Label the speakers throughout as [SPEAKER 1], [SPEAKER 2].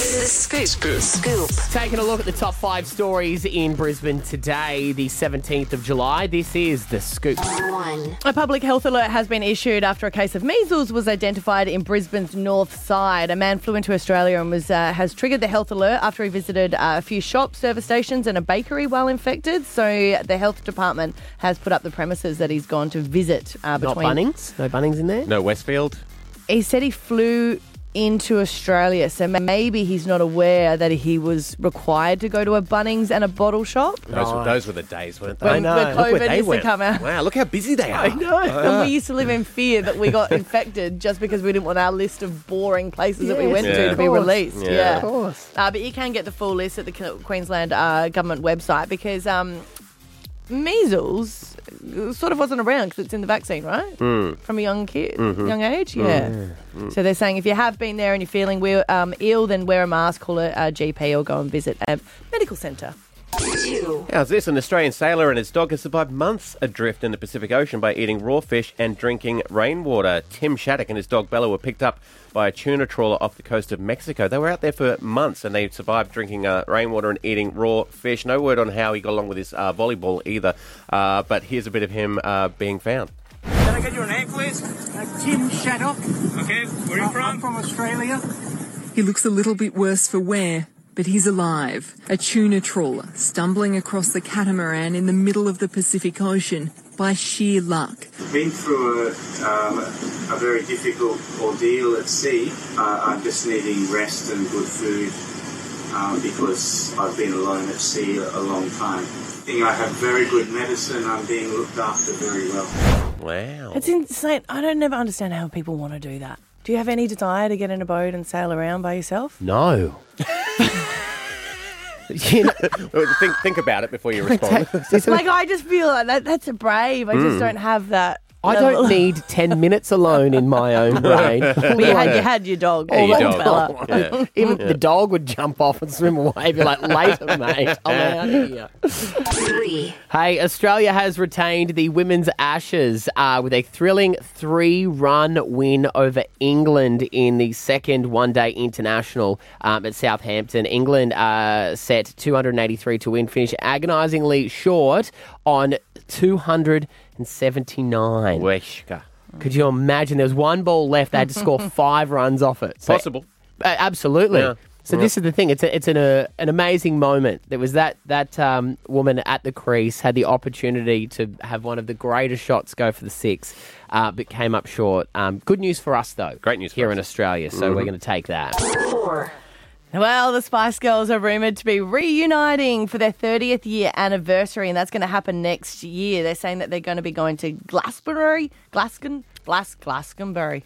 [SPEAKER 1] Scoop. Scoop. Scoop.
[SPEAKER 2] Taking a look at the top five stories in Brisbane today, the 17th of July. This is The Scoop.
[SPEAKER 1] One.
[SPEAKER 3] A public health alert has been issued after a case of measles was identified in Brisbane's north side. A man flew into Australia and was uh, has triggered the health alert after he visited uh, a few shops, service stations, and a bakery while infected. So the health department has put up the premises that he's gone to visit. Uh,
[SPEAKER 2] Not
[SPEAKER 3] between
[SPEAKER 2] Bunnings? No Bunnings in there?
[SPEAKER 4] No, Westfield.
[SPEAKER 3] he said he flew into Australia, so ma- maybe he's not aware that he was required to go to a Bunnings and a bottle shop.
[SPEAKER 4] Those, were, those were the days, weren't they?
[SPEAKER 3] When-
[SPEAKER 2] know.
[SPEAKER 3] when
[SPEAKER 2] Look
[SPEAKER 3] COVID
[SPEAKER 2] where they
[SPEAKER 3] used to
[SPEAKER 2] went.
[SPEAKER 3] come out.
[SPEAKER 4] Wow, look how busy they are. Uh.
[SPEAKER 3] and we used to live in fear that we got infected just because we didn't want our list of boring places that we
[SPEAKER 2] Yes,
[SPEAKER 3] went
[SPEAKER 4] Yeah.
[SPEAKER 3] to to
[SPEAKER 4] of
[SPEAKER 3] be
[SPEAKER 2] course.
[SPEAKER 3] released.
[SPEAKER 4] Yeah.
[SPEAKER 3] Yeah,
[SPEAKER 4] Of
[SPEAKER 2] course.
[SPEAKER 3] Uh, but you can get the full list at the Q- Queensland uh, government website because um, measles uh, sort of wasn't around because it's in the vaccine, right?
[SPEAKER 4] Hmm.
[SPEAKER 3] From a young kid,
[SPEAKER 4] Mm-hmm.
[SPEAKER 3] young age, yeah.
[SPEAKER 4] Mm.
[SPEAKER 3] Mm. So they're saying if you have been there and you're feeling we- um, ill, then wear a mask, call a, a GP, or go and visit a medical centre.
[SPEAKER 1] Two.
[SPEAKER 4] How's this? An Australian sailor and his dog has survived months adrift in the Pacific Ocean by eating raw fish and drinking rainwater. Tim Shattuck and his dog Bella were picked up by a tuna trawler off the coast of Mexico. They were out there for months and they survived drinking uh, rainwater and eating raw fish. No word on how he got along with his uh, volleyball either, uh, but here's a bit of him uh, being found.
[SPEAKER 5] Can I get your name, please?
[SPEAKER 6] Uh, Tim Shaddock. Uh,
[SPEAKER 5] Okay, where are you
[SPEAKER 6] I'm
[SPEAKER 5] from?
[SPEAKER 6] from Australia.
[SPEAKER 7] He looks a little bit worse for wear, but he's alive. A tuna trawler stumbling across the catamaran in the middle of the Pacific Ocean by sheer luck.
[SPEAKER 8] been through a, um, a very difficult ordeal at sea. Uh, I'm just needing rest and good food um, because I've been alone at sea a a long time. I think I have very good medicine. I'm being looked after very well.
[SPEAKER 4] Wow.
[SPEAKER 3] It's insane. I don't never understand how people want to do that. Do you have any desire to get in a boat and sail around by yourself?
[SPEAKER 2] No. you know,
[SPEAKER 4] Well, think, think about it before you respond.
[SPEAKER 3] like I just feel like that, that's brave. I just don't have that.
[SPEAKER 2] I don't
[SPEAKER 3] level.
[SPEAKER 2] need 10 minutes alone in my own brain.
[SPEAKER 3] Well, you, had, you had your dog.
[SPEAKER 2] Or
[SPEAKER 3] Oh,
[SPEAKER 4] your
[SPEAKER 2] that
[SPEAKER 4] dog.
[SPEAKER 3] fella.
[SPEAKER 4] Yeah.
[SPEAKER 2] Even the dog would jump off and swim away. Be like, later, mate. I'm out of here.
[SPEAKER 1] Three.
[SPEAKER 2] Hey, Australia has retained the women's ashes uh, with a thrilling three run win over England in the second one day international um, at Southampton. England uh, set 283 to win, finish agonisingly short on 279.
[SPEAKER 4] Weshka.
[SPEAKER 2] Could you imagine? There was one ball left. They had to score five runs off it. So-
[SPEAKER 4] Possible.
[SPEAKER 2] Uh, absolutely.
[SPEAKER 4] Yeah.
[SPEAKER 2] So this is the thing. It's a, it's an uh, an amazing moment. There was that that um, woman at the crease had the opportunity to have one of the greatest shots go for the six, uh, but came up short. Um, good news for us though.
[SPEAKER 4] Great news for
[SPEAKER 2] here
[SPEAKER 4] us. Mm-hmm.
[SPEAKER 2] in Australia. So we're going to take that.
[SPEAKER 1] Four.
[SPEAKER 3] Well, the Spice Girls are rumoured to be reuniting for their 30th year anniversary, and that's going to happen next year. They're saying that they're going to be going to Glastonbury, Glaston, Glas, Glastonbury.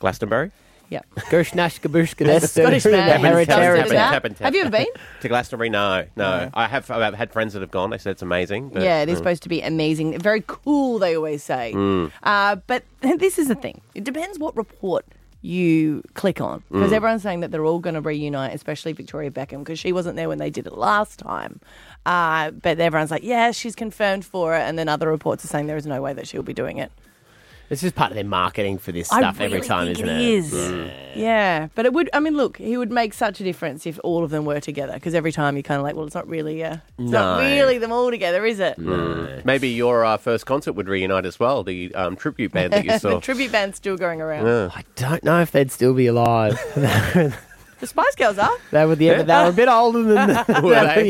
[SPEAKER 4] Glastonbury?
[SPEAKER 3] Yep.
[SPEAKER 2] Gershnash Gabushka. That's
[SPEAKER 3] Scottish man.
[SPEAKER 4] Haven't
[SPEAKER 3] tells
[SPEAKER 4] happened,
[SPEAKER 3] you
[SPEAKER 4] haven't
[SPEAKER 3] to that.
[SPEAKER 4] happened,
[SPEAKER 3] Have you ever
[SPEAKER 4] haven't.
[SPEAKER 3] been?
[SPEAKER 4] To Glastonbury? No, no. I have. I've had friends that have gone. They said it's amazing. But Mm.
[SPEAKER 3] Yeah, it is supposed to be amazing. Very cool, they always say. Uh, but this is the thing it depends what report you click on. Because everyone's saying that they're all going to reunite, especially Victoria Beckham, because she wasn't there when they did it last time. Uh, but everyone's like, yeah, she's confirmed for it. And then other reports are saying there is no way that she'll be doing it.
[SPEAKER 2] This is part of their marketing for this stuff
[SPEAKER 3] I really
[SPEAKER 2] every time,
[SPEAKER 3] think
[SPEAKER 2] isn't
[SPEAKER 3] it is. Yeah. but it would. I mean, look, he would make such a difference if all of them were together. Because every time you kind of like, well, it's not really, uh, it's not
[SPEAKER 4] No. Mm,
[SPEAKER 3] really them all together, is it?
[SPEAKER 4] Maybe your uh, first concert would reunite as well. The um, tribute band that you
[SPEAKER 3] the
[SPEAKER 4] saw.
[SPEAKER 3] tribute band's still going around.
[SPEAKER 2] I don't know if they'd still be alive.
[SPEAKER 3] The Spice Girls are.
[SPEAKER 2] they were the they were a bit older than
[SPEAKER 4] Were they? Were they? uh,
[SPEAKER 2] yeah,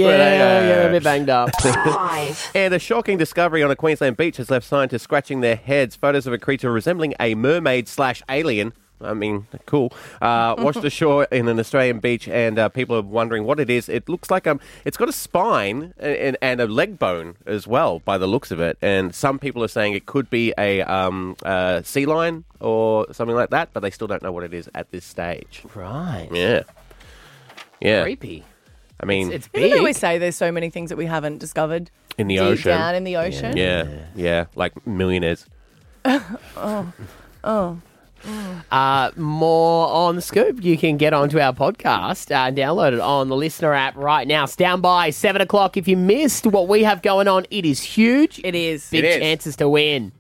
[SPEAKER 2] yeah,
[SPEAKER 4] Yeah.
[SPEAKER 2] a bit banged up.
[SPEAKER 1] Five.
[SPEAKER 4] And a shocking discovery on a Queensland beach has left scientists scratching their heads. Photos of a creature resembling a mermaid slash alien. I mean, cool. Uh, washed ashore in an Australian beach, and uh, people are wondering what it is. It looks like um, it's got a spine and, and, and a leg bone as well, by the looks of it. And some people are saying it could be a um, uh, sea lion or something like that, but they still don't know what it is at this stage.
[SPEAKER 2] Right.
[SPEAKER 4] Yeah, yeah.
[SPEAKER 2] Creepy.
[SPEAKER 4] I mean,
[SPEAKER 2] It's
[SPEAKER 3] Didn't
[SPEAKER 2] big.
[SPEAKER 3] they always say there's so many things that we haven't discovered
[SPEAKER 4] in the
[SPEAKER 3] deep
[SPEAKER 4] ocean.
[SPEAKER 3] down in the ocean?
[SPEAKER 4] yeah, yeah, like millionaires.
[SPEAKER 2] Uh, more on the scoop. You can get onto our podcast uh, and download it on the listener app right now. It's down by seven o'clock. If you missed what we have going on, it is huge.
[SPEAKER 3] It is.
[SPEAKER 2] Big
[SPEAKER 4] It is.
[SPEAKER 2] chances to win.